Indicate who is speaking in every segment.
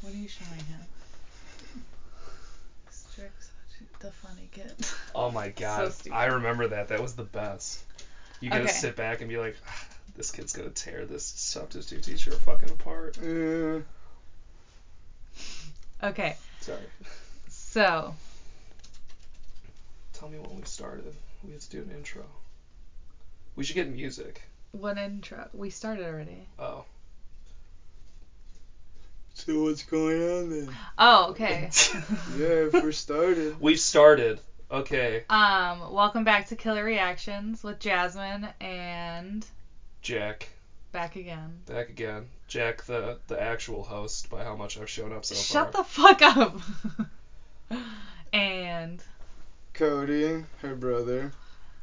Speaker 1: presentation right now. This jerk's such the funny kid.
Speaker 2: Oh my god.
Speaker 1: stupid.
Speaker 2: I remember that. That was the best. You gotta
Speaker 1: Okay.
Speaker 2: sit back and be like, "Ah, this kid's gonna tear this substitute teacher fucking apart.
Speaker 1: Mm. Okay,
Speaker 2: Sorry.
Speaker 1: so
Speaker 2: Tell me when we started. We have to do an intro. We should get music.
Speaker 1: one intro. We started already.
Speaker 2: Oh.
Speaker 3: So what's going on then?
Speaker 1: Oh, okay.
Speaker 3: Yeah, if we're started.
Speaker 2: We've started. Okay.
Speaker 1: um, welcome back to Killer Reactions with Jasmine and
Speaker 2: Jack.
Speaker 1: back again.
Speaker 2: Back again. Jack the the actual host by how much I've shown up so
Speaker 1: Shut
Speaker 2: far.
Speaker 1: the fuck up. and
Speaker 3: Cody, her brother,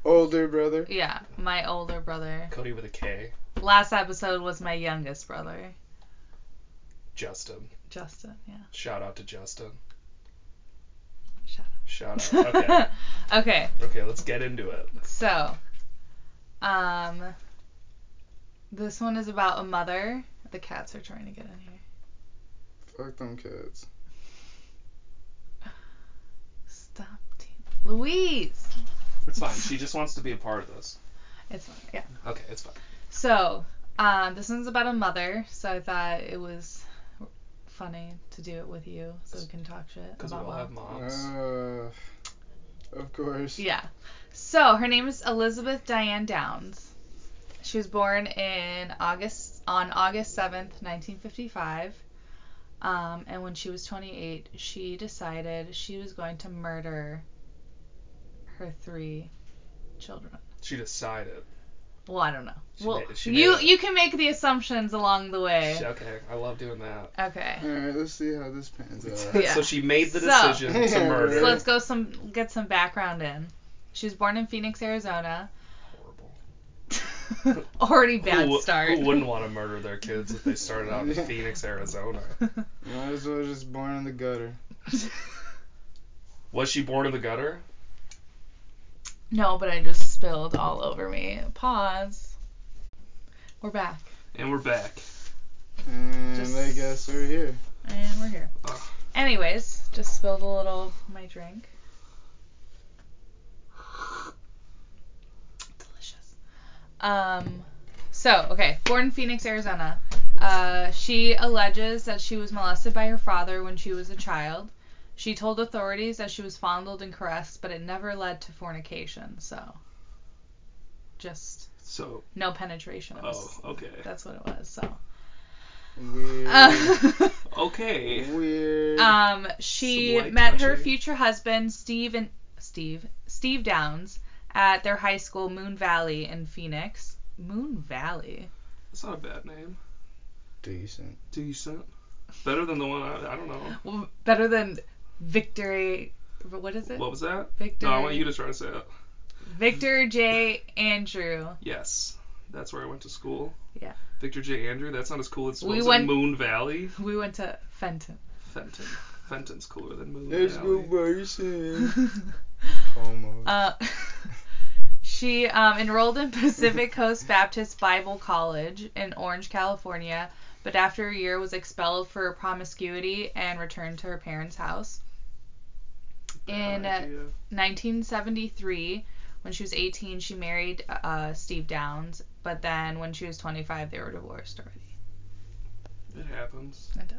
Speaker 3: older brother.
Speaker 1: yeah, my older brother.
Speaker 2: Cody with a K.
Speaker 1: Last episode was my youngest brother,
Speaker 2: Justin.
Speaker 1: Justin. Yeah.
Speaker 2: Shout out to Justin.
Speaker 1: Shut
Speaker 2: Shout out.
Speaker 1: up.
Speaker 2: Okay.
Speaker 1: okay.
Speaker 2: okay, let's get into it.
Speaker 1: So, um, this one is about a mother. The cats are trying to get in here.
Speaker 3: Fuck them cats.
Speaker 1: Stop, team. Louise!
Speaker 2: It's fine. She just wants to be a part of this.
Speaker 1: It's fine. Yeah.
Speaker 2: Okay, it's fine.
Speaker 1: So, um, this one's about a mother. So I thought it was funny to do it with you, so we can talk shit
Speaker 2: Because we
Speaker 1: about
Speaker 2: all have
Speaker 1: mom.
Speaker 2: moms.
Speaker 3: Uh, of course.
Speaker 1: Yeah. So her name is Elizabeth Diane Downs. She was born in August on August 7th, 1955. Um, and when she was 28, she decided she was going to murder her three children.
Speaker 2: She decided.
Speaker 1: Well, I don't know.
Speaker 2: She
Speaker 1: well,
Speaker 2: made- she
Speaker 1: you
Speaker 2: made it.
Speaker 1: you can make the assumptions along the way.
Speaker 2: She- okay, I love doing that.
Speaker 1: Okay.
Speaker 3: Alright, let's see how this pans out.
Speaker 1: Yeah.
Speaker 2: so she made the
Speaker 1: So-
Speaker 2: decision to
Speaker 3: Yeah,
Speaker 2: murder.
Speaker 1: So let's go some get some background in. She was born in Phoenix, Arizona.
Speaker 2: Horrible.
Speaker 1: Already bad
Speaker 2: who,
Speaker 1: start.
Speaker 2: Who wouldn't want to murder their kids if they started out in
Speaker 3: Yeah.
Speaker 2: Phoenix, Arizona?
Speaker 3: Might as well just born in the gutter.
Speaker 2: Was she born in the gutter?
Speaker 1: No, but I just spilled all over me. Pause. We're back.
Speaker 2: And we're back.
Speaker 3: And
Speaker 1: Just-
Speaker 3: I guess we're here.
Speaker 1: And we're here.
Speaker 2: Ugh.
Speaker 1: Anyways, just spilled a little of my drink. Delicious. Um, so, okay, born in Phoenix, Arizona. Uh, she alleges that she was molested by her father when she was a child. She told authorities that she was fondled and caressed, but it never led to fornication, so. Just
Speaker 2: So,
Speaker 1: no penetration. It was-
Speaker 2: oh, okay.
Speaker 1: That's what it was, so.
Speaker 3: Weird.
Speaker 1: Uh.
Speaker 2: Okay.
Speaker 3: Weird.
Speaker 1: Um, she
Speaker 2: Slight
Speaker 1: met her
Speaker 2: touching.
Speaker 1: future husband Steve and Steve Steve Downs at their high school Moon Valley in Phoenix. Moon Valley.
Speaker 2: That's not a bad name.
Speaker 3: Decent.
Speaker 2: Decent. Better than the one I, I don't know.
Speaker 1: Well, better than Victory. What is it?
Speaker 2: What was that?
Speaker 1: Victor.
Speaker 2: No, I want you to try to say it.
Speaker 1: Victor J. Andrew.
Speaker 2: Yes. That's where I went to school.
Speaker 1: Yeah.
Speaker 2: Victor J. Andrew. That sounded as cool as
Speaker 1: We
Speaker 2: what was it,
Speaker 1: went-
Speaker 2: Moon Valley.
Speaker 1: We went to Fenton.
Speaker 2: Fenton. Fenton's cooler than Moon
Speaker 3: Let's go
Speaker 2: Valley.
Speaker 3: Bison. Almost.
Speaker 1: Uh, she um, enrolled in Pacific Coast Baptist Bible College in Orange, California, but after a year was expelled for promiscuity and returned to her parents' house. In
Speaker 2: Bad
Speaker 1: uh,
Speaker 2: idea.
Speaker 1: 1973, when she was 18, she married uh, Steve Downs, but then when she was 25, they were divorced already.
Speaker 2: It happens.
Speaker 1: It does.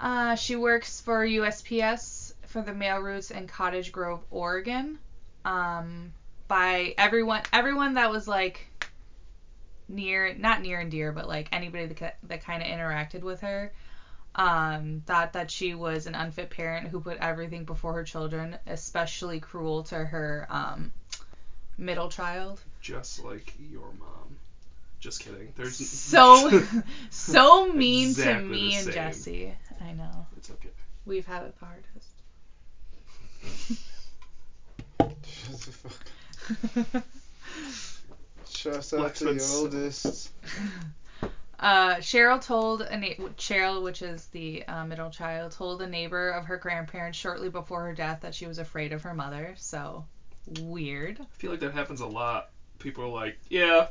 Speaker 1: Uh, she works for USPS for the mail routes in Cottage Grove, Oregon. Um, by everyone, everyone that was like near, not near and dear, but like anybody that, ki- that kind of interacted with her, um, thought that she was an unfit parent who put everything before her children, especially cruel to her um, middle child.
Speaker 2: Just like your mom. Just kidding. There's
Speaker 1: So, so mean
Speaker 2: Exactly
Speaker 1: to
Speaker 2: the
Speaker 1: me and
Speaker 2: same.
Speaker 1: Jesse. I know.
Speaker 2: it's okay.
Speaker 1: We've had it the hardest.
Speaker 3: Shut the fuck up. Shouts out to
Speaker 2: Lexman
Speaker 3: the
Speaker 2: sucks.
Speaker 3: oldest.
Speaker 1: uh, Cheryl told a na- Cheryl, which is the uh, middle child, told a neighbor of her grandparents shortly before her death that she was afraid of her mother. So weird.
Speaker 2: I feel like that happens a lot. People are like, yeah,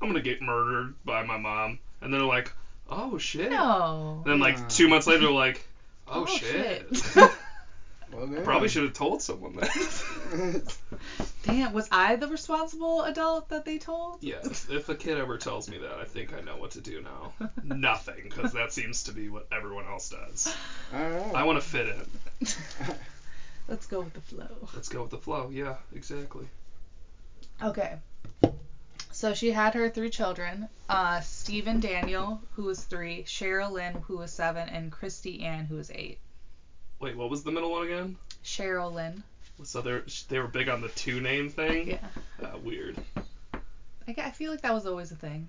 Speaker 2: I'm gonna get murdered by my mom, and they're like, oh shit.
Speaker 1: No.
Speaker 2: Then like two months later, they're like, Oh,
Speaker 1: Oh,
Speaker 2: shit.
Speaker 1: shit.
Speaker 3: Okay.
Speaker 2: Probably should have told someone that.
Speaker 1: Damn, was I the responsible adult that they told?
Speaker 2: yeah, if, if a kid ever tells me that, I think I know what to do now. Nothing, because that seems to be what everyone else does.
Speaker 3: All right.
Speaker 2: I want to fit in.
Speaker 1: Let's go with the flow.
Speaker 2: Let's go with the flow. Yeah, exactly.
Speaker 1: Okay. So she had her three children, uh, Stephen Daniel, who was three, Cheryl Lynn, who was seven, and Christy Ann, who was eight.
Speaker 2: Wait, what was the middle one again?
Speaker 1: Cheryl Lynn.
Speaker 2: So they they were big on the two name thing.
Speaker 1: Yeah.
Speaker 2: Uh, weird.
Speaker 1: I, gue- I feel like that was always a thing.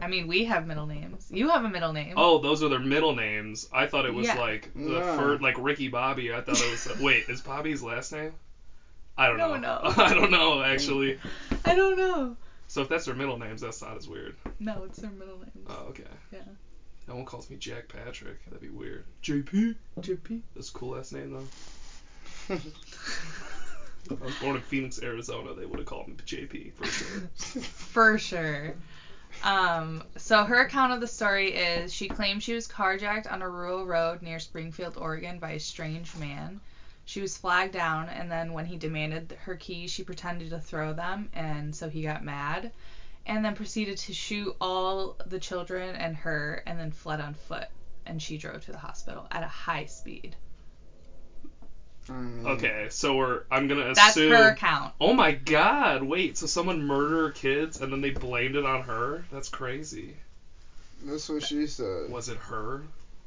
Speaker 1: I mean, we have middle names. You have a middle name.
Speaker 2: Oh, those are their middle names. I thought it was
Speaker 1: Yeah.
Speaker 2: like the
Speaker 3: No.
Speaker 2: first, like Ricky Bobby. I thought it was. uh, wait, is Bobby's last name? I don't
Speaker 1: No,
Speaker 2: know.
Speaker 1: no.
Speaker 2: I don't know actually.
Speaker 1: I don't know.
Speaker 2: So if that's their middle names, that's not as weird.
Speaker 1: No, it's their middle names.
Speaker 2: Oh, okay.
Speaker 1: Yeah.
Speaker 2: No one calls me Jack Patrick. That'd be weird. JP.
Speaker 1: JP.
Speaker 2: That's a cool last name though. If I was born in Phoenix, Arizona, they would have called me JP for sure.
Speaker 1: For sure. Um, so her account of the story is she claimed she was carjacked on a rural road near Springfield, Oregon by a strange man. She was flagged down, and then when he demanded her keys, she pretended to throw them, and so he got mad, and then proceeded to shoot all the children and her, and then fled on foot. And she drove to the hospital at a high speed.
Speaker 3: I mean,
Speaker 2: Okay, so we're. I'm gonna
Speaker 1: That's
Speaker 2: assume.
Speaker 1: her account.
Speaker 2: Oh my god, wait, so someone murdered kids and then they blamed it on her? That's crazy.
Speaker 3: That's what she said.
Speaker 2: Was it her?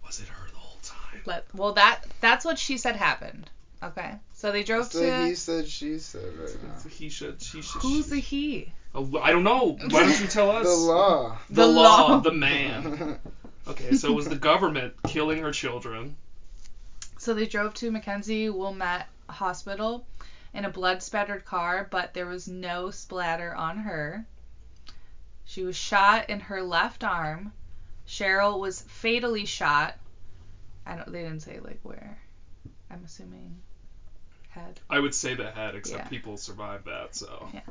Speaker 2: Was it her the whole time?
Speaker 1: Let, well, that that's what she said happened. Okay, so they drove
Speaker 3: It's the he
Speaker 1: to.
Speaker 3: said, she said right
Speaker 2: It's-
Speaker 3: now.
Speaker 2: He should. She should.
Speaker 1: Who's the
Speaker 2: she,
Speaker 1: he?
Speaker 2: Oh, I don't know. Why don't you tell us?
Speaker 3: The law.
Speaker 2: The,
Speaker 1: The
Speaker 2: law.
Speaker 1: law.
Speaker 2: The man. Okay, so it was the government killing her children.
Speaker 1: So they drove to Mackenzie Wilmette Hospital in a blood spattered car, but there was no splatter on her. She was shot in her left arm. Cheryl was fatally shot. I don't. They didn't say like where. I'm assuming head.
Speaker 2: I would say the head, except
Speaker 1: Yeah.
Speaker 2: people survived that, so.
Speaker 1: Yeah,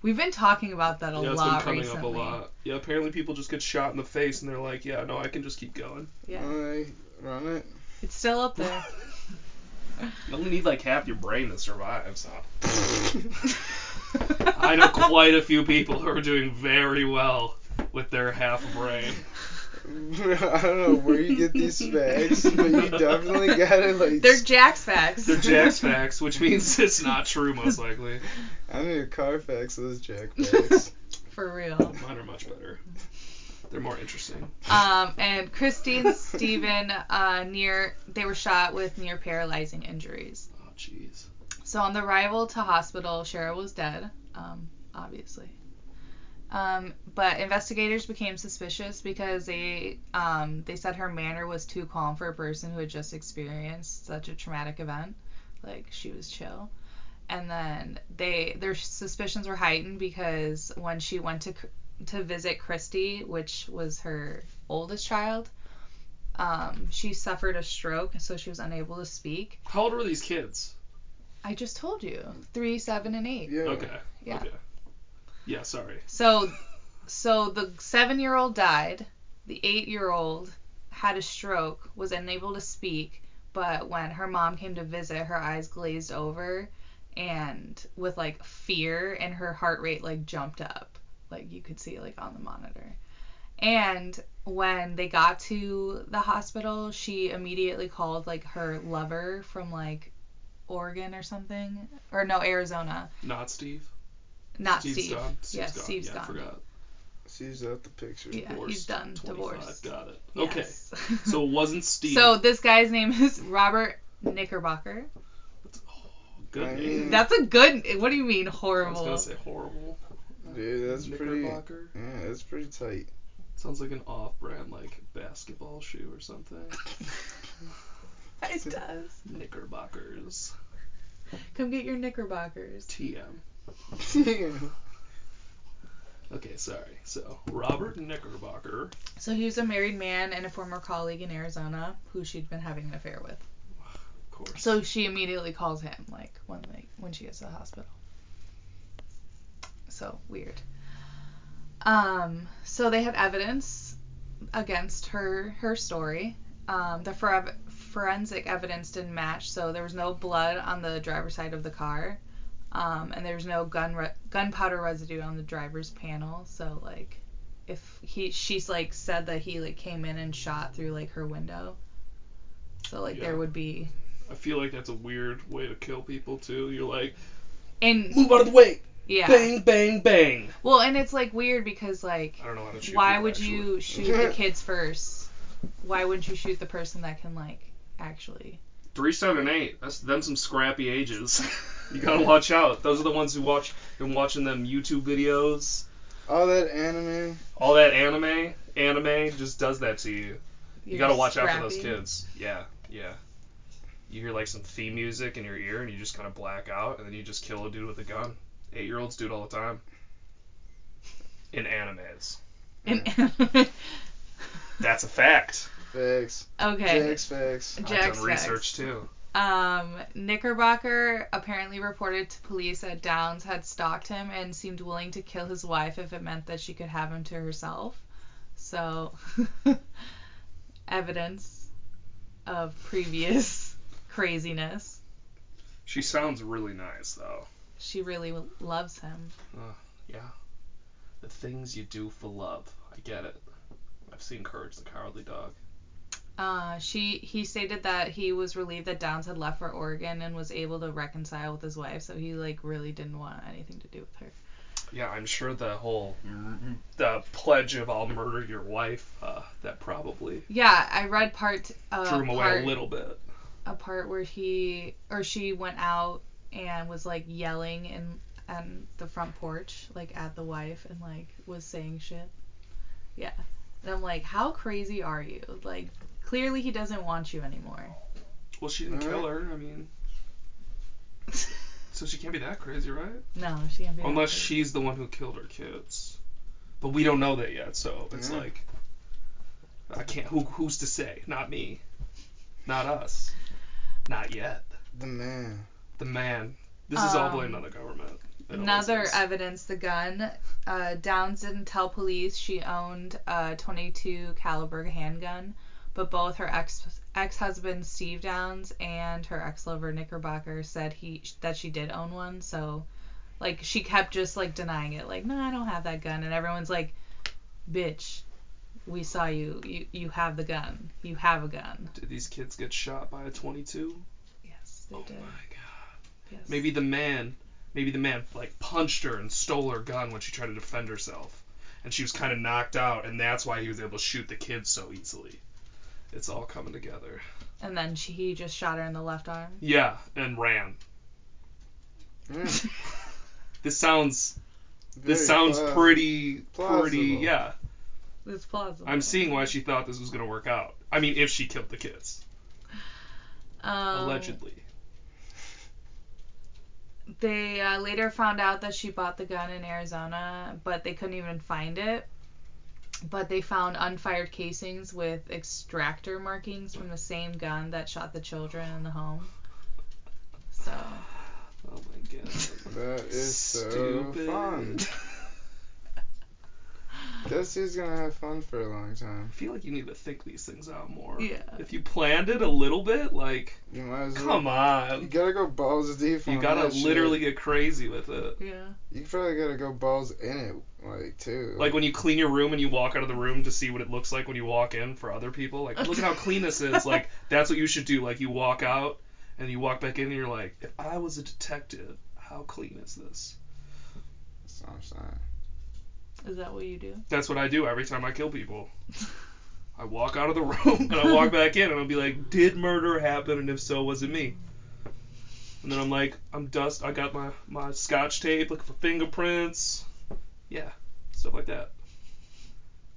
Speaker 1: We've been talking about that a
Speaker 2: yeah, it's been
Speaker 1: lot
Speaker 2: coming
Speaker 1: recently.
Speaker 2: up a lot. Yeah, apparently people just get shot in the face and they're like, yeah, no, I can just keep going.
Speaker 1: Yeah,
Speaker 3: Alright, run it.
Speaker 1: it's still up there.
Speaker 2: You only need like half your brain to survive, so. I know quite a few people who are doing very well with their half brain.
Speaker 3: I don't know where you get these facts, but you definitely gotta like.
Speaker 1: They're Jack's facts.
Speaker 2: They're Jack's facts, which means it's not true, most likely.
Speaker 3: I need a Carfax those Jack bags.
Speaker 1: For real.
Speaker 2: Mine are much better. They're more interesting.
Speaker 1: Um, and Christy and Steven, uh, near they were shot with near paralyzing injuries.
Speaker 2: Oh, jeez.
Speaker 1: So on the arrival to hospital, Cheryl was dead, um, obviously. Um, but investigators became suspicious because they um, they said her manner was too calm for a person who had just experienced such a traumatic event. Like she was chill. And then they their suspicions were heightened because when she went to Cr- to visit Christy, which was her oldest child, um, she suffered a stroke, so she was unable to speak.
Speaker 2: How old were these kids?
Speaker 1: I just told you. Three, seven, and eight.
Speaker 3: Yeah.
Speaker 2: Okay.
Speaker 1: Yeah.
Speaker 2: Okay. Yeah, sorry.
Speaker 1: So so the seven year old died, the eight year old had a stroke, was unable to speak, but when her mom came to visit, her eyes glazed over and with like fear and her heart rate like jumped up. Like you could see like on the monitor. And when they got to the hospital, she immediately called like her lover from like Oregon or something. Or no, Arizona.
Speaker 2: Not Steve.
Speaker 1: Not
Speaker 2: Steve's
Speaker 1: Steve.
Speaker 2: gone.
Speaker 1: yeah,
Speaker 2: Steve's gone.
Speaker 1: Steve's
Speaker 2: yeah, I
Speaker 1: gone.
Speaker 2: forgot.
Speaker 3: She's out the picture.
Speaker 1: Yeah. he's
Speaker 2: Divorced.
Speaker 1: done.
Speaker 2: 25.
Speaker 1: Divorced.
Speaker 2: Got it.
Speaker 1: Yes.
Speaker 2: Okay. So it wasn't Steve.
Speaker 1: So this guy's name is Robert Knickerbocker.
Speaker 2: oh, Good
Speaker 3: I
Speaker 2: name.
Speaker 3: mean-
Speaker 1: That's a good. What do you mean
Speaker 2: Mm. I was
Speaker 1: horrible?
Speaker 2: gonna say horrible.
Speaker 3: Dude, that's pretty. Yeah,
Speaker 2: Knickerbocker?
Speaker 3: that's pretty tight.
Speaker 2: Sounds like an off-brand like basketball shoe or something.
Speaker 1: It does.
Speaker 2: Knickerbockers.
Speaker 1: Come get your Knickerbockers.
Speaker 2: TM. Okay, sorry. So Robert Knickerbocker.
Speaker 1: So he was a married man and a former colleague in Arizona who she'd been having an affair with.
Speaker 2: Of course.
Speaker 1: So she immediately calls him like when like when she gets to the hospital. So weird. Um, so they had evidence against her her story. Um, the forever, forensic evidence didn't match, so there was no blood on the driver's side of the car, um, and there was no gun re- gunpowder residue on the driver's panel. So like, if he she's like said that he like came in and shot through like her window, so like
Speaker 2: Yeah.
Speaker 1: there would be
Speaker 2: I feel like that's a weird way to kill people too. You're like,
Speaker 1: and
Speaker 2: move out of the way.
Speaker 1: yeah.
Speaker 2: Bang, bang, bang.
Speaker 1: Well, and it's like weird because like
Speaker 2: I don't know how to shoot.
Speaker 1: why
Speaker 2: people,
Speaker 1: would
Speaker 2: actually.
Speaker 1: you shoot the kids first? Why wouldn't you shoot the person that can like actually?
Speaker 2: Three, seven, eight. That's them some scrappy ages. you gotta watch out. Those are the ones who watch. Been watching them YouTube videos.
Speaker 3: All that anime.
Speaker 2: All that anime. Anime just does that to you. You
Speaker 1: you're
Speaker 2: gotta watch out for those
Speaker 1: scrappy?
Speaker 2: kids. Yeah, yeah. You hear like some theme music in your ear and you just kind of black out and then you just kill a dude with a gun. Eight year olds do it all the time. In animes.
Speaker 1: And-
Speaker 2: That's a fact.
Speaker 3: Facts.
Speaker 1: okay.
Speaker 3: Facts, facts.
Speaker 1: Jack's
Speaker 2: I've done
Speaker 1: facts.
Speaker 2: research too.
Speaker 1: Um, Knickerbocker apparently reported to police that Downs had stalked him and seemed willing to kill his wife if it meant that she could have him to herself. So, evidence of previous craziness.
Speaker 2: She sounds really nice though.
Speaker 1: She really w- loves him.
Speaker 2: Yeah. The things you do for love. I get it. I've seen Courage the Cowardly Dog.
Speaker 1: Uh, she he stated that he was relieved that Downs had left for Oregon and was able to reconcile with his wife, so he like really didn't want anything to do with her.
Speaker 2: Yeah, I'm sure the whole the pledge of I'll murder your wife uh, that probably
Speaker 1: Yeah, I read part uh,
Speaker 2: drew him away
Speaker 1: part-
Speaker 2: a little bit.
Speaker 1: a part where he or she went out and was like yelling in on the front porch, like at the wife, and like was saying shit. Yeah, and I'm like, how crazy are you? Like, clearly he doesn't want you anymore.
Speaker 2: Well, she didn't
Speaker 3: Alright.
Speaker 2: kill her. I mean, so she can't be that crazy, right?
Speaker 1: no, she can't be. that
Speaker 2: Unless
Speaker 1: crazy.
Speaker 2: she's the one who killed her kids. But we don't know that yet, so it's
Speaker 3: Yeah.
Speaker 2: like I can't. Who, who's to say? Not me. Not us. Not yet.
Speaker 3: The man.
Speaker 2: The man. This is all
Speaker 1: Um,
Speaker 2: blamed on the government. It always
Speaker 1: Another
Speaker 2: is.
Speaker 1: evidence, the gun. Uh, Downs didn't tell police she owned a 22 caliber handgun, but both her ex ex husband Steve Downs and her ex lover Knickerbocker said he that she did own one. So, like, she kept just like denying it, like, no, I don't have that gun, and everyone's like, bitch, we saw you, you you have the gun, you have a gun.
Speaker 2: Did these kids get shot by a 22?
Speaker 1: Yes, they
Speaker 2: Oh my
Speaker 1: did.
Speaker 2: god.
Speaker 1: Yes.
Speaker 2: Maybe the man, maybe the man like punched her and stole her gun when she tried to defend herself, and she was kind of knocked out, and that's why he was able to shoot the kids so easily. It's all coming together.
Speaker 1: And then she he just shot her in the left arm.
Speaker 2: Yeah, and ran.
Speaker 3: Mm,
Speaker 2: This sounds this
Speaker 3: very
Speaker 2: sounds
Speaker 3: pla-
Speaker 2: pretty pretty
Speaker 3: plausible.
Speaker 2: yeah.
Speaker 1: It's plausible.
Speaker 2: I'm seeing why she thought this was gonna work out. I mean, if she killed the kids,
Speaker 1: Um,
Speaker 2: allegedly.
Speaker 1: They uh, later found out that she bought the gun in Arizona, but they couldn't even find it. But they found unfired casings with extractor markings from the same gun that shot the children in the home. So,
Speaker 2: Oh my god.
Speaker 3: That is so
Speaker 2: Stupid.
Speaker 3: fun. This dude's gonna have fun for a long time.
Speaker 2: I feel like you need to think these things out more.
Speaker 1: Yeah.
Speaker 2: If you planned it a little bit, like,
Speaker 3: You might as well.
Speaker 2: come
Speaker 3: You
Speaker 2: on.
Speaker 3: gotta go balls deep.
Speaker 2: You
Speaker 3: on
Speaker 2: gotta
Speaker 3: Oh, that shit.
Speaker 2: literally get crazy with it.
Speaker 1: yeah.
Speaker 3: You probably gotta go balls in it, like too.
Speaker 2: Like when you clean your room and you walk out of the room to see what it looks like when you walk in for other people. Like, look at how clean this is. Like, that's what you should do. Like, you walk out and you walk back in and you're like, if I was a detective, how clean is this?
Speaker 3: That's what I'm saying.
Speaker 1: Is that what you do?
Speaker 2: That's what I do every time I kill people. I walk out of the room and I walk back in and I'll be like, did murder happen? And if so, was it me? And then I'm like, I'm dust. I got my, my scotch tape looking for fingerprints. Yeah, stuff like that.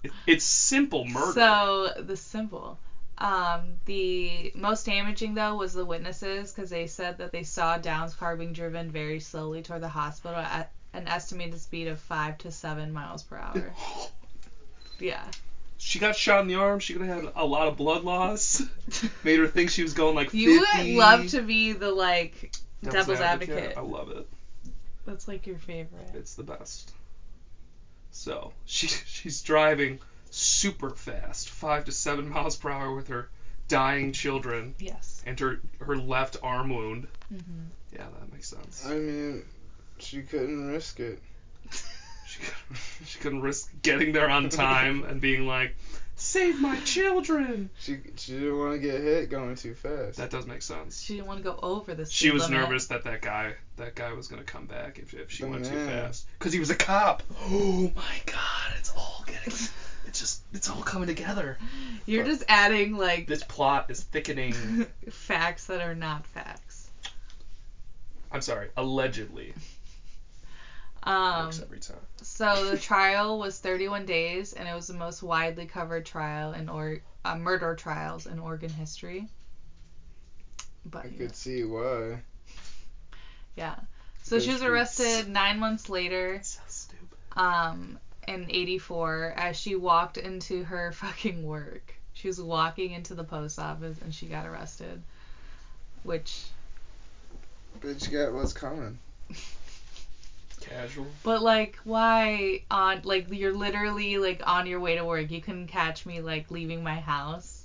Speaker 2: It, it's simple murder.
Speaker 1: So the symbol. Um, the most damaging though was the witnesses because they said that they saw Downs' car being driven very slowly toward the hospital at an estimated speed of five to seven miles per hour. yeah.
Speaker 2: she got shot in the arm. She could have had a lot of blood loss. Made her think she was going like 50.
Speaker 1: You would love to be the like devil's, advocate.
Speaker 2: I love it.
Speaker 1: That's like your favorite.
Speaker 2: It's the best. So she she's driving super fast, five to seven miles per hour with her dying children
Speaker 1: Yes.
Speaker 2: and her her left arm wound.
Speaker 1: Mm-hmm.
Speaker 2: Yeah, that makes sense.
Speaker 3: I mean, she couldn't risk it.
Speaker 2: She couldn't, she couldn't risk getting there on time and being like, "Save my children."
Speaker 3: She she didn't want to get hit going too fast.
Speaker 2: That does make sense.
Speaker 1: She didn't want to go over the.
Speaker 2: She
Speaker 1: speed
Speaker 2: was
Speaker 1: limit.
Speaker 2: nervous that that guy that guy was gonna come back if, if she
Speaker 3: The
Speaker 2: went too
Speaker 3: man.
Speaker 2: fast because he was a cop. Oh my god! It's all getting it's just it's all coming together.
Speaker 1: You're just adding like
Speaker 2: This plot is thickening.
Speaker 1: facts that are not facts.
Speaker 2: I'm sorry, allegedly.
Speaker 1: Um,
Speaker 2: works every time.
Speaker 1: so the trial was 31 days, and it was the most widely covered trial in or uh, murder trials in Oregon history. But
Speaker 3: I
Speaker 1: you know,
Speaker 3: could see why.
Speaker 1: yeah, so she
Speaker 3: those
Speaker 1: was
Speaker 3: roots.
Speaker 1: arrested nine months later,
Speaker 2: So stupid.
Speaker 1: um, in '84, as she walked into her fucking work. She was walking into the post office, and she got arrested, which
Speaker 3: Bitch got what's coming.
Speaker 2: Casual.
Speaker 1: But like, why on like you're literally like on your way to work? You couldn't catch me like leaving my house.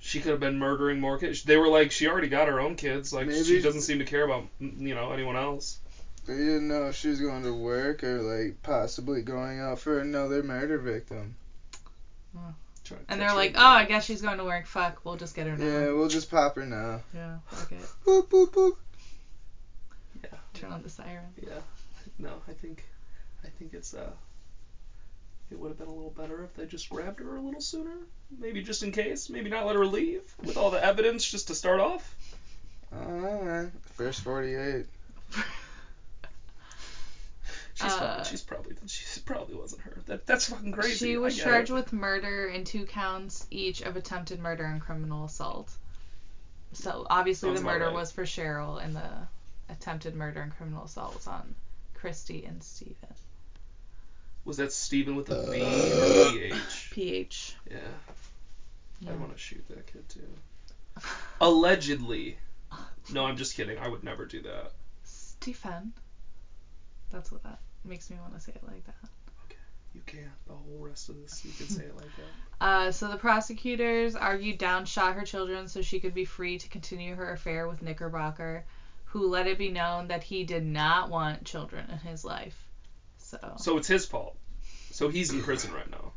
Speaker 2: She could have been murdering more kids. They were like, she already got her own kids. Like, she
Speaker 3: Maybe-
Speaker 2: doesn't seem to care about you know anyone else.
Speaker 3: They didn't know if she was going to work or like possibly going out for another murder victim.
Speaker 2: Trying to
Speaker 1: And
Speaker 2: catch
Speaker 1: they're like,
Speaker 2: her.
Speaker 1: oh, I guess she's going to work. Fuck, we'll just get her now.
Speaker 3: Yeah, we'll just pop her now.
Speaker 1: Yeah, fuck it.
Speaker 3: Boop boop boop.
Speaker 1: Turn on the siren.
Speaker 2: Yeah. No, I think, I think it's uh. It would have been a little better if they just grabbed her a little sooner. Maybe just in case. Maybe not let her leave with all the evidence just to start off.
Speaker 3: I don't know, man. First 48.
Speaker 2: She's
Speaker 1: Uh,
Speaker 2: fine. She's probably she probably wasn't her. That that's fucking crazy.
Speaker 1: She
Speaker 2: I
Speaker 1: was
Speaker 2: get
Speaker 1: charged
Speaker 2: it.
Speaker 1: with murder and two counts each of attempted murder and criminal assault. So obviously
Speaker 2: Sounds
Speaker 1: the
Speaker 2: about
Speaker 1: murder
Speaker 2: right.
Speaker 1: was for Cheryl, and the attempted murder and criminal assault was on Christy and Steven.
Speaker 2: Was that Steven with a V or PH?
Speaker 1: Ph.
Speaker 2: Yeah. I
Speaker 1: Yeah.
Speaker 2: want to shoot that kid too. Allegedly. No, I'm just kidding. I would never do that.
Speaker 1: Stefan. That's what that makes me want to say it like that.
Speaker 2: You can't. The whole rest of this, you can say it like that.
Speaker 1: Uh, so the prosecutors argued Down shot her children so she could be free to continue her affair with Knickerbocker, who let it be known that he did not want children in his life. So,
Speaker 2: So it's his fault. So he's in prison right now.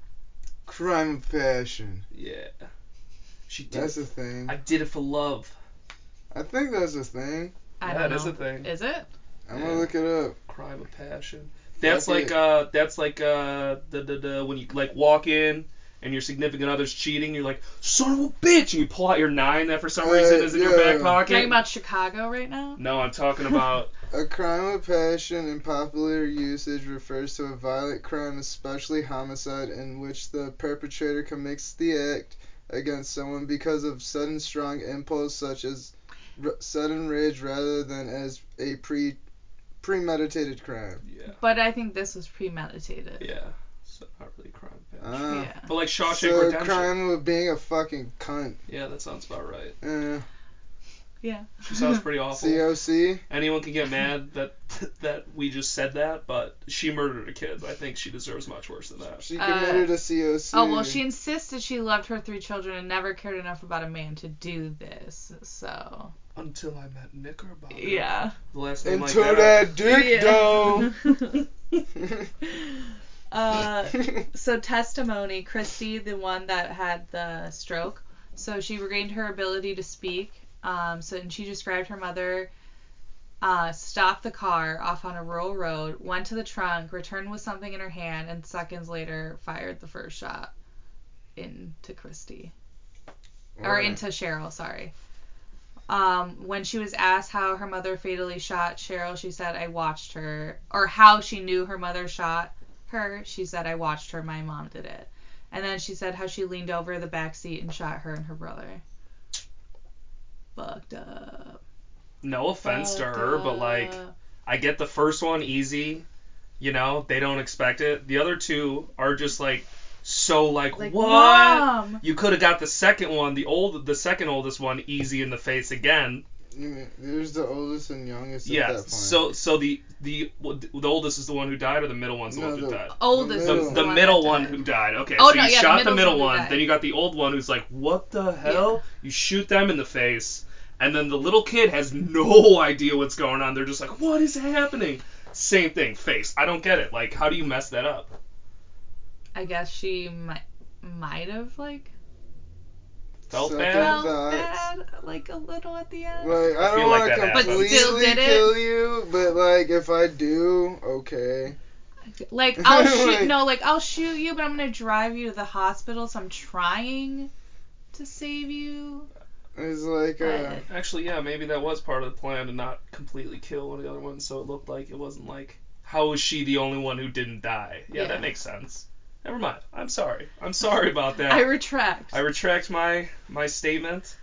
Speaker 3: Crime of passion.
Speaker 2: Yeah. She did.
Speaker 3: That's
Speaker 2: it.
Speaker 3: a thing.
Speaker 2: I did it for love.
Speaker 3: I think that's a thing.
Speaker 1: I
Speaker 2: yeah,
Speaker 1: don't
Speaker 2: it is
Speaker 1: know.
Speaker 2: a thing.
Speaker 1: Is it?
Speaker 3: I'm
Speaker 2: Yeah.
Speaker 3: gonna look it up.
Speaker 2: Crime of passion. That's
Speaker 3: Fuck
Speaker 2: like
Speaker 3: it.
Speaker 2: uh, that's like uh, the the the when you like walk in. And your significant other's cheating, you're like, son of a bitch! And you pull out your nine that for some
Speaker 3: Uh,
Speaker 2: reason is in your back
Speaker 3: yeah.
Speaker 2: pocket.
Speaker 1: Talking about Chicago right now?
Speaker 2: No, I'm talking about
Speaker 3: A crime of passion in popular usage refers to a violent crime, especially homicide, in which the perpetrator commits the act against someone because of sudden strong impulse, such as r- sudden rage, rather than as a pre premeditated crime.
Speaker 2: yeah,
Speaker 1: But I think this was premeditated.
Speaker 2: yeah. So not really crime of passion.
Speaker 3: Uh,
Speaker 1: Yeah.
Speaker 2: But like Shawshank
Speaker 3: so a
Speaker 2: Redemption.
Speaker 3: crime of being a fucking cunt.
Speaker 2: Yeah, that sounds about right.
Speaker 3: Uh,
Speaker 1: Yeah.
Speaker 2: She sounds pretty awful.
Speaker 3: COC.
Speaker 2: Anyone can get mad that that we just said that, but she murdered a kid. I think she deserves much worse than that.
Speaker 3: She
Speaker 1: Uh,
Speaker 3: committed a COC.
Speaker 1: Oh well, she insisted she loved her three children and never cared enough about a man to do this. So
Speaker 2: Until I met Knickerbocker.
Speaker 1: yeah.
Speaker 2: The last name
Speaker 3: Until
Speaker 2: like that. uh,
Speaker 3: that dick
Speaker 1: Yeah.
Speaker 3: dough.
Speaker 1: uh, so testimony, Christy, the one that had the stroke, so she regained her ability to speak. Um, so and she described her mother. Uh, stopped the car off on a rural road, went to the trunk, returned with something in her hand, and seconds later fired the first shot into Christy or into Cheryl, sorry. Um, when she was asked how her mother fatally shot Cheryl, she said, I watched her. Or how she knew her mother shot her, she said, I watched her. My mom did it. And then she said how she leaned over the back seat and shot her and her brother. Fucked up.
Speaker 2: No offense to
Speaker 1: Fucked
Speaker 2: her, but like
Speaker 1: up.
Speaker 2: I get the first one easy. You know, they don't expect it. The other two are just like so like,
Speaker 1: Like,
Speaker 2: what?
Speaker 1: Mom!
Speaker 2: You could have got the second one, the old, the second oldest one, easy in the face again,
Speaker 3: You mean there's the oldest and youngest at that
Speaker 2: Yes.
Speaker 3: point.
Speaker 2: So so the the the oldest is the one who died, or the middle one's the
Speaker 3: No,
Speaker 2: one who
Speaker 3: the-
Speaker 2: died.
Speaker 1: Oldest.
Speaker 2: The,
Speaker 1: is
Speaker 3: Middle.
Speaker 2: the
Speaker 1: one
Speaker 2: middle
Speaker 1: that
Speaker 2: one
Speaker 1: died.
Speaker 2: who died. Okay,
Speaker 1: Oh,
Speaker 2: so
Speaker 1: no,
Speaker 2: you
Speaker 1: yeah, the
Speaker 2: shot the
Speaker 1: middle's
Speaker 2: middle
Speaker 1: the one who
Speaker 2: one,
Speaker 1: died.
Speaker 2: then you got the old one who's like, "What the hell?" You shoot them in the face, and then the little kid has no idea what's going on. They're just like, "What is happening?" Same thing, face. I don't get it. Like, how do you mess that up?
Speaker 1: I guess she might might have like
Speaker 2: Felt
Speaker 3: Suck
Speaker 2: bad.
Speaker 3: it.
Speaker 1: felt
Speaker 3: thoughts.
Speaker 1: bad like a little at the end.
Speaker 3: Like I,
Speaker 2: I
Speaker 3: don't
Speaker 2: feel like
Speaker 3: want
Speaker 2: that
Speaker 3: to
Speaker 2: happened.
Speaker 1: But still
Speaker 3: completely
Speaker 1: did it?
Speaker 3: kill you, but like if I do, okay.
Speaker 1: Like I'll
Speaker 3: Like-
Speaker 1: shoot no, like I'll shoot you, but I'm gonna drive you to the hospital, so I'm trying to save you.
Speaker 3: It's like uh,
Speaker 1: But-
Speaker 2: Actually, yeah, maybe that was part of the plan to not completely kill one of the other ones, so it looked like it wasn't like, how is she the only one who didn't die? Yeah,
Speaker 1: Yeah.
Speaker 2: that makes sense. Never mind. I'm sorry. I'm sorry about that.
Speaker 1: I retract.
Speaker 2: I retract my my statement.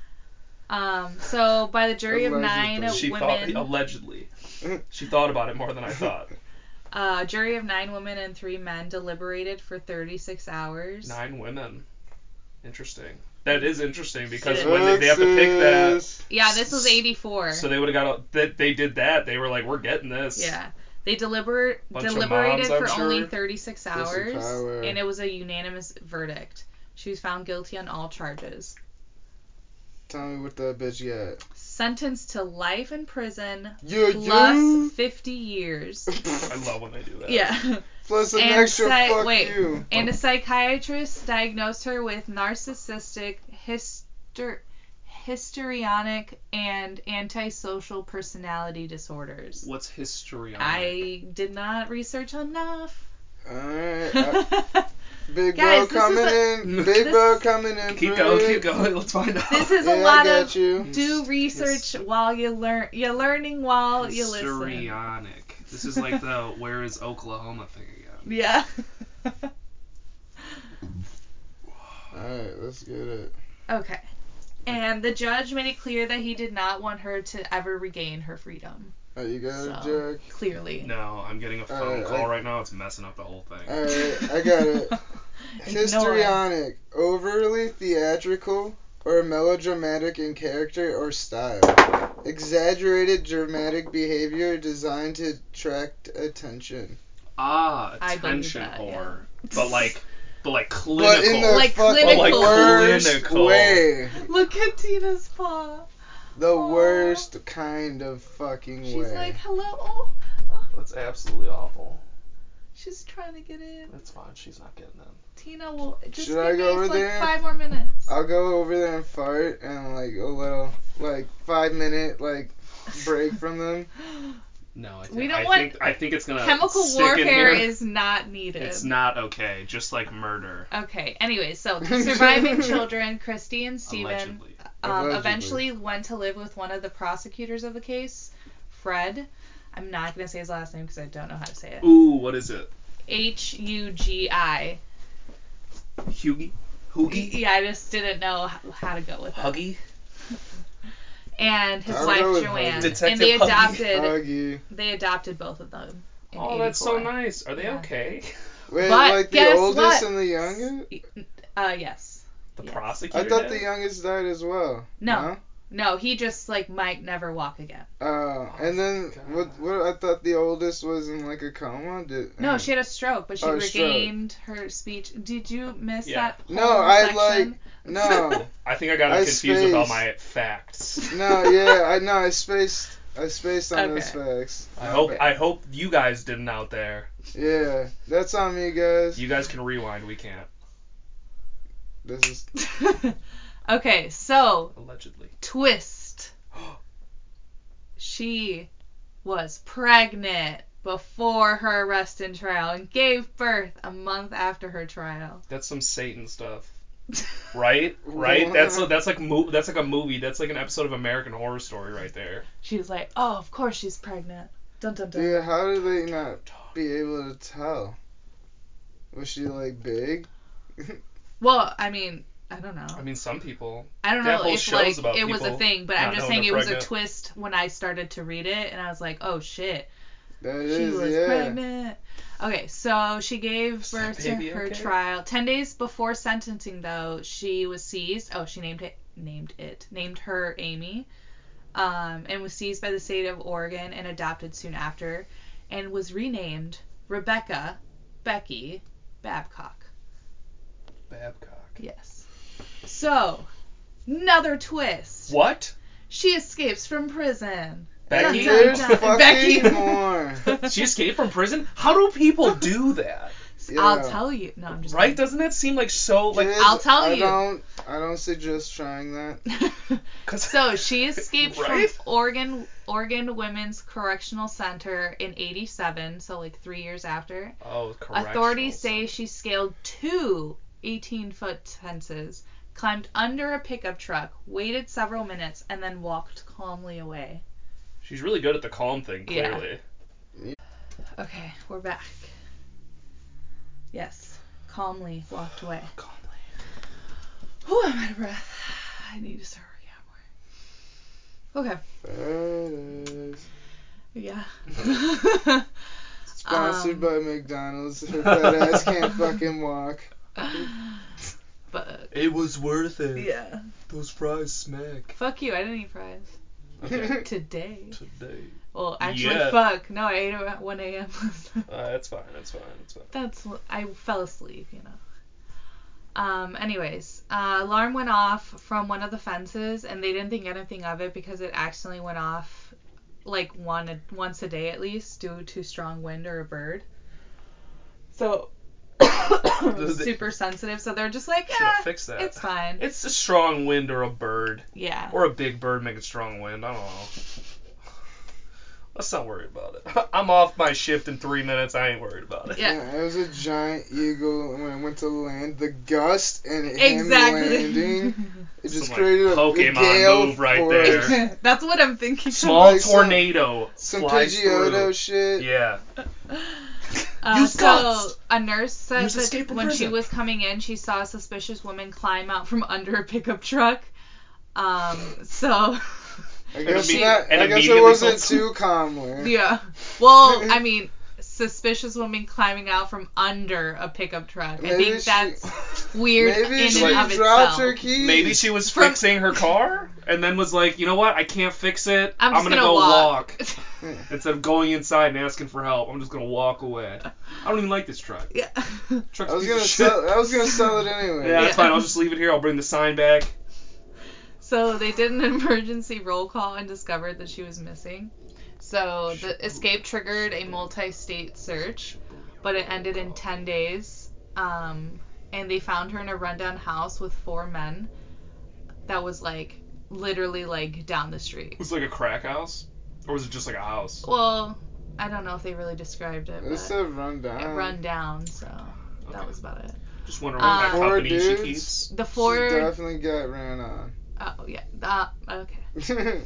Speaker 1: um, so by the jury of
Speaker 3: Allegedly.
Speaker 1: nine
Speaker 3: No,
Speaker 2: she
Speaker 1: women,
Speaker 2: thought allegedly. She thought about it more than I thought.
Speaker 1: uh, jury of nine women and three men deliberated for 36 hours.
Speaker 2: Nine women. Interesting. That is interesting because when they, they have to pick that,
Speaker 3: Texas.
Speaker 1: Yeah, this was 84.
Speaker 2: so they would have got. a- That they did that. They were like, we're getting this.
Speaker 1: Yeah. They deliber-
Speaker 2: Bunch of
Speaker 1: deliberated
Speaker 2: moms, I'm
Speaker 1: for only
Speaker 2: sure.
Speaker 1: 36
Speaker 3: Pussy
Speaker 1: hours,
Speaker 3: power.
Speaker 1: and it was a unanimous verdict. She was found guilty on all charges.
Speaker 3: Tell me what that bitch got.
Speaker 1: Sentenced to life in prison
Speaker 3: Yeah,
Speaker 1: plus 50 years.
Speaker 2: I love when they do that.
Speaker 1: Yeah.
Speaker 3: Plus an
Speaker 1: And
Speaker 3: extra
Speaker 1: say-
Speaker 3: fuck
Speaker 1: wait.
Speaker 3: you.
Speaker 1: And a psychiatrist diagnosed her with narcissistic, hyster- histrionic, and antisocial personality disorders.
Speaker 2: What's histrionic?
Speaker 1: I did not research enough.
Speaker 3: Alright. uh, Big
Speaker 1: Guys, this is
Speaker 3: bro coming
Speaker 1: a-
Speaker 3: in. Big
Speaker 1: this-
Speaker 3: bro coming in.
Speaker 2: Keep
Speaker 3: for
Speaker 2: going,
Speaker 3: it.
Speaker 2: keep going. Let's find out.
Speaker 1: Mm-hmm. this is
Speaker 3: Yeah,
Speaker 1: a
Speaker 3: I
Speaker 1: lot
Speaker 3: got
Speaker 1: of
Speaker 3: you.
Speaker 1: do
Speaker 2: His-
Speaker 1: research while you learn. You're learning while you listen.
Speaker 2: histrionic. This is like the where is Oklahoma thing again.
Speaker 1: Yeah.
Speaker 3: Alright, let's get it.
Speaker 1: okay. And the judge made it clear that he did not want her to ever regain her freedom.
Speaker 3: Oh, you got
Speaker 1: So
Speaker 3: it,
Speaker 1: clearly.
Speaker 2: No, I'm getting a phone
Speaker 3: Alright,
Speaker 2: call
Speaker 3: I-
Speaker 2: right now. It's messing up the whole thing.
Speaker 3: Jack. Alright, I got it.
Speaker 1: Ignore.
Speaker 3: Histrionic, overly theatrical or melodramatic in character or style. Exaggerated dramatic behavior designed to attract attention.
Speaker 2: ah,
Speaker 1: I believe
Speaker 2: attention
Speaker 1: that,
Speaker 2: whore. But like, but like
Speaker 3: But
Speaker 2: clinical.
Speaker 3: in the
Speaker 1: Like
Speaker 3: fucking
Speaker 1: clinical.
Speaker 3: worst
Speaker 2: Clinical.
Speaker 3: way.
Speaker 1: Look at Tina's paw.
Speaker 3: The
Speaker 1: Aw.
Speaker 3: worst kind of fucking
Speaker 1: She's
Speaker 3: way.
Speaker 1: like, hello. Oh,
Speaker 2: That's absolutely awful.
Speaker 1: she's trying to get in.
Speaker 2: That's fine. She's not getting in.
Speaker 1: Tina will just
Speaker 3: Should
Speaker 1: give
Speaker 3: I go
Speaker 1: me
Speaker 3: over
Speaker 1: like
Speaker 3: there?
Speaker 1: five more minutes.
Speaker 3: I'll go over there and fart and like a little like five minute like break from them.
Speaker 2: No, I think,
Speaker 1: We don't
Speaker 2: I,
Speaker 1: want-
Speaker 2: think I think it's gonna
Speaker 1: Chemical
Speaker 2: stick in
Speaker 1: warfare
Speaker 2: here.
Speaker 1: is not needed.
Speaker 2: It's not okay. Just like murder,
Speaker 1: Okay. Anyway, so the surviving children, Christy and Stephen,
Speaker 2: allegedly.
Speaker 1: um,
Speaker 3: Allegedly.
Speaker 1: eventually went to live with one of the prosecutors of the case, Fred. I'm not gonna say his last name because I don't know how to say it.
Speaker 2: Ooh, what is it?
Speaker 1: H U G I.
Speaker 2: Hugie, Hoogie,
Speaker 1: Yeah, I just didn't know h- how to go with it.
Speaker 2: Huggy.
Speaker 1: And his
Speaker 3: I'll
Speaker 1: wife
Speaker 3: go with
Speaker 1: Joanne.
Speaker 3: Huggy.
Speaker 1: and they
Speaker 2: Detective Huggy.
Speaker 1: adopted.
Speaker 3: Huggy.
Speaker 1: They adopted both of them. in
Speaker 2: Oh, that's so
Speaker 1: 84.
Speaker 2: nice. Are they
Speaker 1: Yeah.
Speaker 2: okay?
Speaker 3: Wait,
Speaker 1: But
Speaker 3: like the
Speaker 1: guess
Speaker 3: oldest
Speaker 1: what?
Speaker 3: and the youngest?
Speaker 1: Uh, yes.
Speaker 2: The
Speaker 1: Yes.
Speaker 2: prosecutor.
Speaker 3: I thought
Speaker 2: did?
Speaker 3: the uh, youngest died as well.
Speaker 1: No. No, he just like might never walk again.
Speaker 3: Oh, and then
Speaker 2: God.
Speaker 3: what? What I thought the oldest was in like a coma. Did,
Speaker 1: No,
Speaker 3: uh,
Speaker 1: she had a stroke, but she
Speaker 3: Oh, a stroke.
Speaker 1: regained her speech. Did you miss
Speaker 2: Yeah.
Speaker 1: that?
Speaker 3: No,
Speaker 1: whole
Speaker 3: I,
Speaker 1: section?
Speaker 3: like- No,
Speaker 2: I think I got it
Speaker 3: I
Speaker 2: confused with all
Speaker 3: spaced.
Speaker 2: my facts.
Speaker 3: no, yeah, I know. I spaced. I spaced on those
Speaker 1: Okay.
Speaker 3: facts.
Speaker 2: I
Speaker 3: My
Speaker 2: hope
Speaker 3: bad.
Speaker 2: I hope you guys didn't out there.
Speaker 3: Yeah, that's on me, guys.
Speaker 2: You guys can rewind. We can't.
Speaker 3: This is
Speaker 1: okay, so
Speaker 2: Allegedly.
Speaker 1: twist. she was pregnant before her arrest and trial and gave birth a month after her trial.
Speaker 2: That's some Satan stuff. Right? Right? That's that's like mo- that's like a movie. That's like an episode of American Horror Story right there.
Speaker 1: she was like, "Oh, of course she's pregnant." Dun dun dun.
Speaker 3: dude. How did they not be able to tell? Was she like big?
Speaker 1: Well, I mean, I don't know.
Speaker 2: I mean, some people.
Speaker 1: I don't
Speaker 2: That
Speaker 1: know
Speaker 2: whole
Speaker 1: if
Speaker 2: show's
Speaker 1: like
Speaker 2: about
Speaker 1: it was a
Speaker 2: people
Speaker 1: thing, but
Speaker 2: not
Speaker 1: I'm just
Speaker 2: knowing
Speaker 1: saying it
Speaker 2: they're
Speaker 1: was a
Speaker 2: pregnant.
Speaker 1: twist when I started to read it, and I was like, "Oh shit."
Speaker 3: That
Speaker 1: She
Speaker 3: is,
Speaker 1: was
Speaker 3: yeah.
Speaker 1: pregnant. Okay, so she gave
Speaker 2: Is that
Speaker 1: birth to
Speaker 2: baby
Speaker 1: her
Speaker 2: okay?
Speaker 1: trial. Ten days before sentencing, though, she was seized. Oh, she named it named it named her Amy. um, and was seized by the state of Oregon and adopted soon after, and was renamed Rebecca Becky Babcock.
Speaker 2: Babcock.
Speaker 1: Yes. So, another twist.
Speaker 2: What?
Speaker 1: She escapes from prison.
Speaker 2: Becky?
Speaker 1: Dun, dun,
Speaker 3: There's
Speaker 1: dun.
Speaker 3: fucking
Speaker 1: Becky.
Speaker 3: more.
Speaker 2: She escaped from prison? How do people do that?
Speaker 1: I'll
Speaker 3: Yeah.
Speaker 1: tell you. No, I'm just
Speaker 2: Right? Doesn't that seem like so like
Speaker 3: Kids,
Speaker 1: I'll tell
Speaker 3: I
Speaker 1: you.
Speaker 3: Don't, I don't suggest trying that.
Speaker 1: kidding.
Speaker 2: cause
Speaker 1: So she escaped
Speaker 2: Right?
Speaker 1: from Oregon Oregon Women's Correctional Center in 87, so like 3 years after.
Speaker 2: Oh, correct.
Speaker 1: Authorities say she scaled two 18-foot fences, climbed under a pickup truck, waited several minutes, and then walked calmly away.
Speaker 2: she's really good at the calm thing.
Speaker 1: Yeah.
Speaker 2: Clearly,
Speaker 1: Okay, we're back. Yes, calmly walked away.
Speaker 2: calmly.
Speaker 1: Whew, I'm out of breath. I need to start working out more. Okay,
Speaker 3: There it is.
Speaker 1: yeah.
Speaker 3: Sponsored
Speaker 1: Um.
Speaker 3: by McDonald's. Her fat ass can't fucking walk.
Speaker 1: but
Speaker 2: It was worth it.
Speaker 1: yeah.
Speaker 2: Those fries smack
Speaker 1: Fuck you, I didn't eat fries. Today.
Speaker 2: today.
Speaker 1: Well, actually,
Speaker 2: Yeah.
Speaker 1: fuck. No, I ate them at 1 a.m. last night.
Speaker 2: Uh, that's fine. That's fine. That's fine.
Speaker 1: That's I fell asleep, you know. Um. Anyways, uh, alarm went off from one of the fences, and they didn't think anything of it because it accidentally went off, like one a- once a day at least, due to strong wind or a bird. So. super sensitive, so they're just like,
Speaker 2: Should
Speaker 1: eh,
Speaker 2: have fixed that.
Speaker 1: it's fine.
Speaker 2: It's a strong wind or a bird
Speaker 1: yeah.
Speaker 2: or a big bird making strong wind. I don't know. Let's not worry about it. I'm off my shift in three minutes. I ain't worried about it.
Speaker 1: Yeah.
Speaker 3: it was a giant eagle, and when it went to land, the gust and it
Speaker 1: Exactly.
Speaker 3: him landing, it just
Speaker 2: Some, like,
Speaker 3: created a
Speaker 2: Pokemon
Speaker 3: a gale
Speaker 2: move right
Speaker 3: force.
Speaker 2: there.
Speaker 1: That's what I'm thinking.
Speaker 2: Small
Speaker 3: Like some-
Speaker 2: tornado
Speaker 3: Some
Speaker 2: flies
Speaker 3: Pidgeotto
Speaker 2: through.
Speaker 3: shit.
Speaker 2: Yeah.
Speaker 1: Uh,
Speaker 2: Use
Speaker 1: so
Speaker 2: guns.
Speaker 1: a nurse said
Speaker 2: Use
Speaker 1: that
Speaker 2: escape from
Speaker 1: when she
Speaker 2: prison.
Speaker 1: was coming in, she saw a suspicious woman climb out from under a pickup truck. Um, so
Speaker 3: I guess,
Speaker 1: imme-
Speaker 3: not,
Speaker 2: and
Speaker 3: I guess it
Speaker 2: immediately
Speaker 3: wasn't
Speaker 2: felt-
Speaker 3: too calmly.
Speaker 1: yeah. Well, I mean, suspicious woman climbing out from under a pickup truck. I think that's weird
Speaker 3: Maybe
Speaker 1: in
Speaker 3: she
Speaker 1: and of
Speaker 3: dropped
Speaker 1: itself.
Speaker 3: her keys.
Speaker 2: Maybe she was
Speaker 1: From-
Speaker 2: fixing her car and then was like, you know what? I can't fix it.
Speaker 1: I'm just
Speaker 2: gonna,
Speaker 1: gonna
Speaker 2: go
Speaker 1: walk."
Speaker 2: walk. Instead of going inside and asking for help, I'm just gonna walk away. I don't even like this truck.
Speaker 1: yeah.
Speaker 2: Truck's
Speaker 3: I was
Speaker 2: a piece of
Speaker 3: gonna
Speaker 2: shit.
Speaker 3: sell. I was gonna sell it anyway.
Speaker 2: Yeah, that's
Speaker 1: Yeah.
Speaker 2: fine. I'll just leave it here. I'll bring the sign back.
Speaker 1: So they did an emergency roll call and discovered that she was missing. So the escape triggered a multi-state search, but it ended in 10 days. Um, and they found her in a rundown house with four men. That was like literally like down the street.
Speaker 2: Was it like a crack house, or was it just like a house?
Speaker 1: Well, I don't know if they really described it,
Speaker 3: It's
Speaker 1: but
Speaker 3: a rundown.
Speaker 1: it run down. So
Speaker 2: Okay.
Speaker 1: that was about it.
Speaker 2: Just wondering what
Speaker 1: Uh,
Speaker 2: kind
Speaker 3: Four
Speaker 2: of company
Speaker 3: dudes.
Speaker 2: she keeps.
Speaker 1: The
Speaker 3: She
Speaker 1: four.
Speaker 3: definitely got ran on.
Speaker 1: Oh yeah. Uh, okay.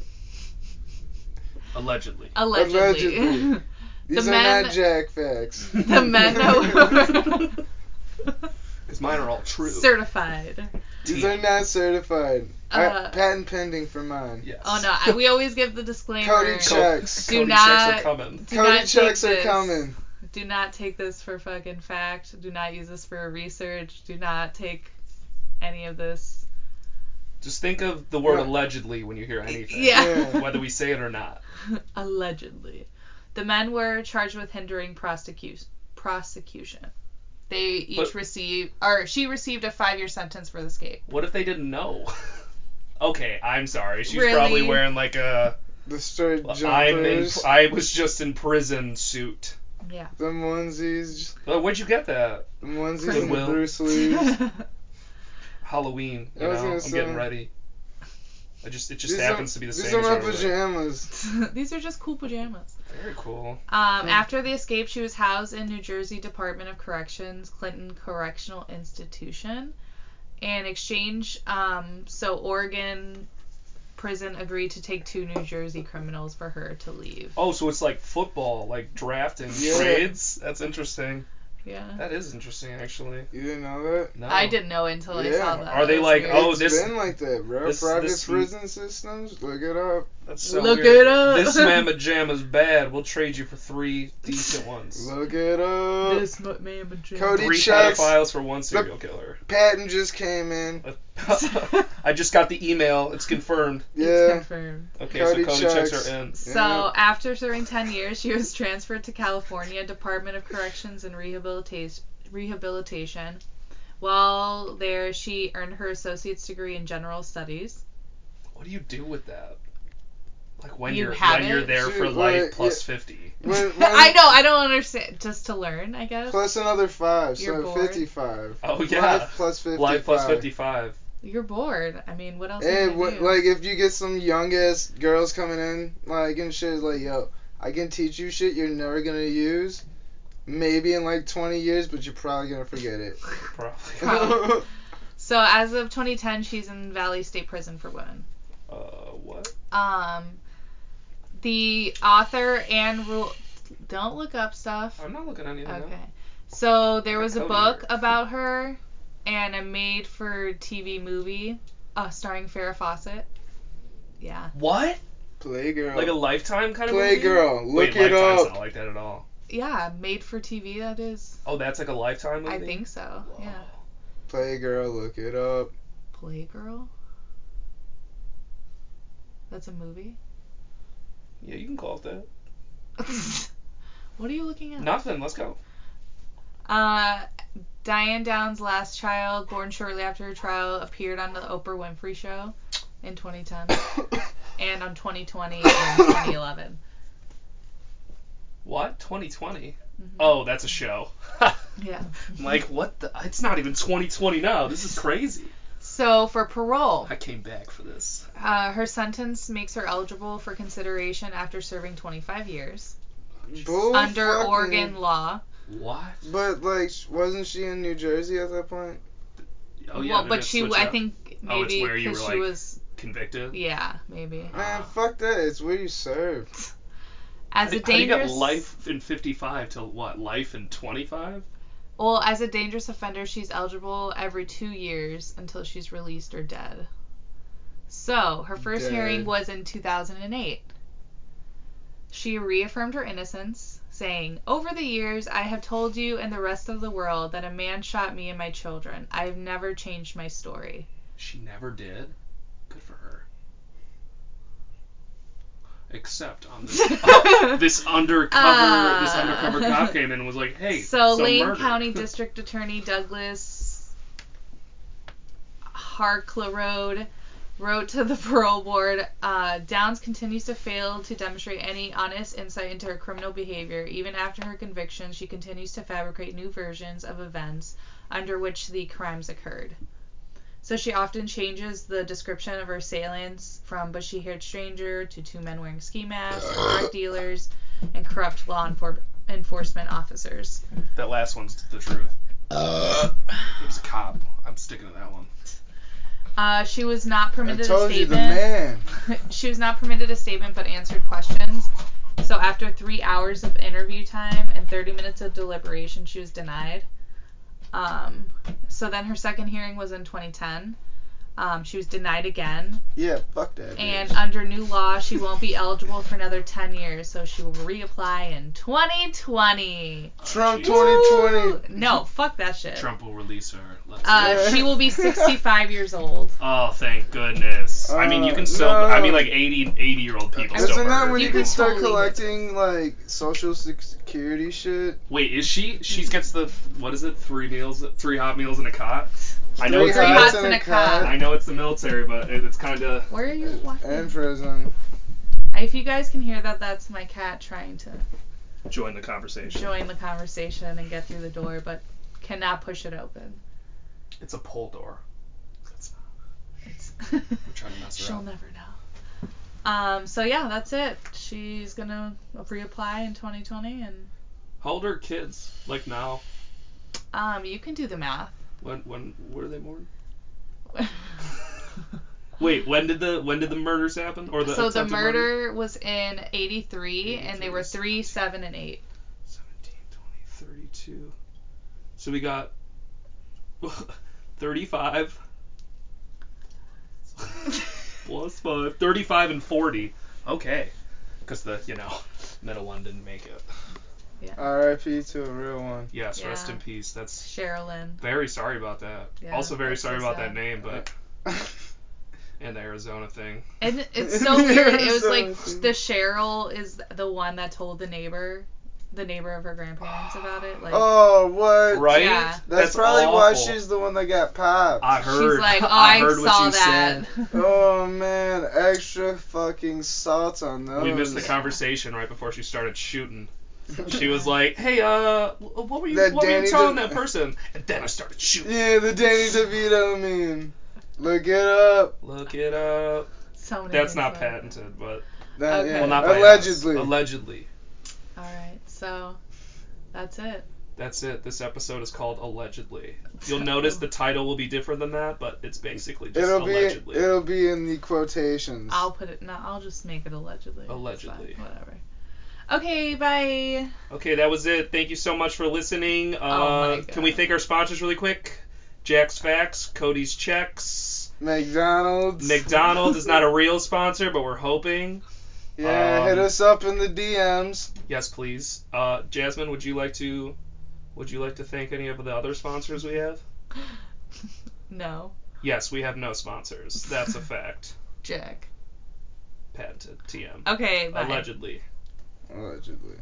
Speaker 2: Allegedly.
Speaker 1: Allegedly.
Speaker 3: Allegedly. These are
Speaker 1: men-
Speaker 3: not jack facts.
Speaker 1: the men that were.
Speaker 2: Because mine are all true.
Speaker 1: certified.
Speaker 3: These are not certified.
Speaker 1: Uh,
Speaker 3: I, patent pending for mine.
Speaker 2: Yes.
Speaker 1: Oh no, I, we always give the disclaimer.
Speaker 3: Cody
Speaker 2: Co-
Speaker 3: checks.
Speaker 1: Do
Speaker 2: Cody
Speaker 1: not-
Speaker 2: checks are coming.
Speaker 1: Do
Speaker 3: Cody
Speaker 1: not
Speaker 3: checks
Speaker 1: take
Speaker 3: are
Speaker 1: this.
Speaker 3: coming.
Speaker 1: Do not take this for fucking fact. Do not use this for research. Do not take any of this.
Speaker 2: Just think of the word
Speaker 3: Yeah.
Speaker 2: allegedly when you hear anything.
Speaker 1: Yeah.
Speaker 2: Whether we say it or not.
Speaker 1: Allegedly. The men were charged with hindering prosecution. Prosecution. They each
Speaker 2: But-
Speaker 1: received, or she received a five-year sentence for the escape.
Speaker 2: What if they didn't know? okay, I'm sorry. She's
Speaker 1: Really?
Speaker 2: probably wearing like a
Speaker 3: The straight
Speaker 2: I'm in,
Speaker 3: jumpers.
Speaker 2: I was just in prison suit.
Speaker 1: Yeah.
Speaker 3: the onesies.
Speaker 2: Uh, where'd you get that?
Speaker 3: The onesies and the
Speaker 2: Goodwill.
Speaker 3: Bruce Lee's.
Speaker 2: Halloween. You
Speaker 3: I was
Speaker 2: know,
Speaker 3: gonna
Speaker 2: I'm
Speaker 3: say.
Speaker 2: getting ready. I just it just
Speaker 3: These
Speaker 2: happens
Speaker 3: are,
Speaker 2: to be the
Speaker 3: these
Speaker 2: same.
Speaker 3: are
Speaker 2: as
Speaker 3: my
Speaker 2: our wedding.
Speaker 3: pajamas.
Speaker 1: These are just cool pajamas.
Speaker 2: Very cool.
Speaker 1: Um, after the escape, she was housed in New Jersey Department of Corrections, Clinton Correctional Institution. In exchange, um, so Oregon prison agreed to take two New Jersey criminals for her to leave.
Speaker 2: Oh, so it's like football, like drafting
Speaker 3: Yeah.
Speaker 2: trades. That's interesting.
Speaker 1: Yeah.
Speaker 2: That is interesting, actually.
Speaker 3: You didn't know that?
Speaker 2: No.
Speaker 1: I didn't know until I saw
Speaker 3: Yeah.
Speaker 1: that.
Speaker 2: Are they
Speaker 1: That was
Speaker 2: like,
Speaker 1: weird.
Speaker 2: Oh,
Speaker 3: It's
Speaker 2: this-
Speaker 3: been like that, bro.
Speaker 2: this-
Speaker 3: Private
Speaker 2: this-
Speaker 3: prison systems. Look it up.
Speaker 2: That's so
Speaker 1: Look
Speaker 2: weird.
Speaker 1: it up.
Speaker 2: This mamma jam is bad. We'll trade you for three decent ones.
Speaker 3: Look it up.
Speaker 1: This ma- man, a Jim.
Speaker 3: Cody-
Speaker 2: Three
Speaker 3: checks.
Speaker 2: pedophiles for one serial killer.
Speaker 3: Patton just came in.
Speaker 2: I just got the email. It's confirmed.
Speaker 1: It's
Speaker 3: Yeah.
Speaker 1: confirmed.
Speaker 2: Okay,
Speaker 3: Cody
Speaker 2: so Cody checks.
Speaker 3: checks.
Speaker 2: are in.
Speaker 1: So
Speaker 3: Yeah.
Speaker 1: after serving 10 years, she was transferred to California Department of Corrections and Rehabilitation. Rehabilitation. While there, she earned her associate's degree in general studies.
Speaker 2: What do you do with that? Like when
Speaker 1: You
Speaker 2: you are
Speaker 1: have
Speaker 2: when you're
Speaker 1: it?
Speaker 2: there for
Speaker 3: Dude,
Speaker 2: like
Speaker 3: like,
Speaker 2: plus fifty.
Speaker 3: When- when-
Speaker 1: I know, I don't understand. Just to learn, I guess.
Speaker 3: Plus another five,
Speaker 1: You're
Speaker 3: so
Speaker 1: bored.
Speaker 3: 55.
Speaker 2: Oh yeah.
Speaker 3: Life plus 55.
Speaker 2: Life plus fifty five.
Speaker 1: You're bored. I mean, what else?
Speaker 3: Hey,
Speaker 1: can you
Speaker 3: Eh, what,
Speaker 1: do?
Speaker 3: like if you get some young ass girls coming in, like and shit, like yo, I can teach you shit you're never gonna use, maybe in like 20 years, but you're probably gonna forget it.
Speaker 2: Probably.
Speaker 1: Probably. so as of 2010, she's in Valley State Prison for Women.
Speaker 2: Uh what?
Speaker 1: Um, the author and rule. Don't look up stuff.
Speaker 2: I'm not looking at anything. up.
Speaker 1: Okay. So there
Speaker 2: Like
Speaker 1: was a
Speaker 2: Cody
Speaker 1: book
Speaker 2: here.
Speaker 1: about her and a made for TV movie uh, starring Farrah Fawcett. Yeah.
Speaker 2: What?
Speaker 3: Playgirl.
Speaker 2: Like a lifetime kind of movie?
Speaker 3: Playgirl. Look
Speaker 2: Wait,
Speaker 3: it
Speaker 2: Lifetime's not
Speaker 3: up.
Speaker 2: like that at all.
Speaker 1: Yeah, made for TV that is.
Speaker 2: Oh, that's like a lifetime movie.
Speaker 1: I think so.
Speaker 2: Whoa.
Speaker 1: Yeah.
Speaker 3: Playgirl. Look it up.
Speaker 1: Playgirl. That's a movie.
Speaker 2: Yeah, you can call it that.
Speaker 1: what are you looking at?
Speaker 2: Nothing. Let's go.
Speaker 1: Uh Diane Down's last child, born shortly after her trial, appeared on the Oprah Winfrey Show in 2010 and on 2020 and 2011.
Speaker 2: What? 2020.
Speaker 1: Mhm.
Speaker 2: Oh, that's a show.
Speaker 1: Yeah.
Speaker 2: like what? The? It's not even 2020 now. This is crazy.
Speaker 1: So for parole,
Speaker 2: I came back for this.
Speaker 1: uh, her sentence makes her eligible for consideration after serving 25 years
Speaker 2: Oh,
Speaker 3: Bull
Speaker 1: under
Speaker 3: fucking-
Speaker 1: Oregon law.
Speaker 2: What?
Speaker 3: But like, sh- wasn't she in New Jersey at that point?
Speaker 2: Oh yeah.
Speaker 1: well, but
Speaker 2: they're gonna
Speaker 1: she,
Speaker 2: switch
Speaker 1: I
Speaker 2: up.
Speaker 1: think
Speaker 2: Oh, it's
Speaker 1: maybe
Speaker 2: where you
Speaker 1: because
Speaker 2: were,
Speaker 1: she
Speaker 2: like-
Speaker 1: was,
Speaker 2: convicted.
Speaker 1: yeah, maybe
Speaker 3: Man,
Speaker 2: Ah.
Speaker 3: fuck that. It's where you serve.
Speaker 1: as
Speaker 2: How
Speaker 1: a
Speaker 2: do- how do you got
Speaker 1: dangerous.
Speaker 2: life in 55 to what? Life in 25?
Speaker 1: Well, as a dangerous offender, she's eligible every two years until she's released or dead. So, her first
Speaker 3: Dead.
Speaker 1: hearing was in 2008. She reaffirmed her innocence, saying, Over the years, I have told you and the rest of the world that a man shot me and my children. I have never changed my story.
Speaker 2: She never did. Good for her. Except on this, this undercover, this
Speaker 1: Ah.
Speaker 2: undercover cop came in and was like, "Hey,
Speaker 1: so,
Speaker 2: some
Speaker 1: Lane
Speaker 2: murder."
Speaker 1: County District Attorney Douglas Harklerode wrote to the parole board uh, Downs continues to fail to demonstrate any honest insight into her criminal behavior. Even after her conviction, she continues to fabricate new versions of events under which the crimes occurred. So she often changes the description of her assailants from bushy haired stranger to two men wearing ski masks, drug dealers, and corrupt law enfor- enforcement officers.
Speaker 2: That last one's the truth. It was a cop. I'm sticking to that one.
Speaker 1: Uh, she was not
Speaker 3: I
Speaker 1: permitted a
Speaker 3: told you the
Speaker 1: statement.
Speaker 3: man.
Speaker 1: she was not permitted a statement, but answered questions. So after three hours of interview time and 30 minutes of deliberation, she was denied. Um, so then her second hearing was in 2010. Um, she was denied again,
Speaker 3: Yeah, fuck that.
Speaker 1: and
Speaker 3: bitch.
Speaker 1: under new law, she won't be eligible for another 10 years. So she will reapply in 2020.
Speaker 3: Trump
Speaker 2: Jeez.
Speaker 3: 2020.
Speaker 1: Woo! No, fuck that shit.
Speaker 2: Uh, Trump will release her. Let's
Speaker 1: Uh, she will be 65 years old.
Speaker 2: Oh, thank goodness. I mean, you
Speaker 3: Uh,
Speaker 2: can still.
Speaker 3: no.
Speaker 2: I mean, like 80, 80 year old people
Speaker 1: Isn't
Speaker 2: still
Speaker 3: Isn't that
Speaker 2: murder
Speaker 3: when you,
Speaker 1: You
Speaker 2: people.
Speaker 3: can
Speaker 1: could
Speaker 3: start
Speaker 1: totally-
Speaker 3: collecting like social security shit?
Speaker 2: Wait, is she? She gets the what is it? Three meals, three hot meals in a cot. I know
Speaker 3: Three
Speaker 2: it's
Speaker 1: Three
Speaker 2: not-
Speaker 1: hots
Speaker 3: in
Speaker 1: and
Speaker 3: a
Speaker 1: a cot.
Speaker 2: I know it's the military, but it, it's kind of.
Speaker 1: Where are you walking?
Speaker 3: And prison.
Speaker 1: If you guys can hear that, that's my cat trying to
Speaker 2: Join the conversation.
Speaker 1: join the conversation and get through the door, but cannot push it open.
Speaker 2: It's a pull door. It's-
Speaker 1: It's
Speaker 2: We're trying to mess her
Speaker 1: She'll
Speaker 2: up.
Speaker 1: never know. Um, so yeah, that's it. She's gonna reapply in 2020, and
Speaker 2: How old are kids? Like now?
Speaker 1: um, you can do the math.
Speaker 2: When? When? Where are they born? Wait, when did the when did the murders happen? Or the
Speaker 1: so the
Speaker 2: attempted
Speaker 1: murder was in 83, and they
Speaker 2: 83
Speaker 1: were
Speaker 2: is-
Speaker 1: three, seven, and eight.
Speaker 2: 17, 20, 32. So we got 35 plus 5. 35 and 40. Okay. Because the, you know, middle one didn't make it. Uh,
Speaker 3: R.I.P. to a real one.
Speaker 2: Yes, rest
Speaker 1: Yeah.
Speaker 2: in peace. That's
Speaker 1: Sherilyn.
Speaker 2: very sorry about that.
Speaker 1: Yeah,
Speaker 2: also very
Speaker 1: that's so
Speaker 2: sorry about
Speaker 1: sad.
Speaker 2: that name, but and the Arizona thing.
Speaker 1: And it's so weird. It was like the Cheryl is the one that told the neighbor, the neighbor of her grandparents about it. Like,
Speaker 3: oh, what?
Speaker 2: Right?
Speaker 1: Yeah.
Speaker 3: That's, probably why
Speaker 2: awful.
Speaker 3: she's the one that got popped.
Speaker 2: I heard.
Speaker 1: she's like, oh,
Speaker 2: I
Speaker 1: I,
Speaker 2: heard
Speaker 1: saw
Speaker 2: what you
Speaker 1: that.
Speaker 2: said.
Speaker 3: oh man, extra fucking salt on those.
Speaker 2: We missed the conversation right before she started shooting. She was like, "Hey, uh, what were you,
Speaker 3: That
Speaker 2: what were you
Speaker 3: Danny
Speaker 2: telling
Speaker 3: did-
Speaker 2: that person?" And then I started shooting.
Speaker 3: Yeah, the Danny DeVito meme. Look it up.
Speaker 2: Look it up.
Speaker 1: so many
Speaker 2: That's
Speaker 1: things
Speaker 2: not
Speaker 1: like-
Speaker 2: patented, but
Speaker 3: That,
Speaker 1: Okay.
Speaker 3: yeah,
Speaker 2: well, not by us.
Speaker 3: allegedly.
Speaker 2: Allegedly.
Speaker 1: All right, so that's it.
Speaker 2: That's it. This episode is called Allegedly. You'll notice the title will be different than that, but it's basically just
Speaker 3: it'll be
Speaker 2: allegedly.
Speaker 3: it'll be in the quotations.
Speaker 1: I'll put it. No, I'll just make it allegedly. It's fine,
Speaker 2: Allegedly.
Speaker 1: Whatever. Okay, bye.
Speaker 2: Okay, that was it. Thank you so much for listening. Uh,
Speaker 1: Oh my
Speaker 2: Can we
Speaker 1: God.
Speaker 2: thank our sponsors really quick? Jack's Facts, Cody's Checks.
Speaker 3: McDonald's.
Speaker 2: McDonald's is not a real sponsor, but we're hoping.
Speaker 3: Yeah, hit
Speaker 2: Um,
Speaker 3: us up in the DMs.
Speaker 2: Yes, please. Uh, Jasmine, would you like to would you like to thank any of the other sponsors we have?
Speaker 1: No,
Speaker 2: Yes, we have no sponsors. That's a fact.
Speaker 1: Jack.
Speaker 2: Patented TM.
Speaker 1: Okay, bye.
Speaker 2: Allegedly.
Speaker 3: Allegedly.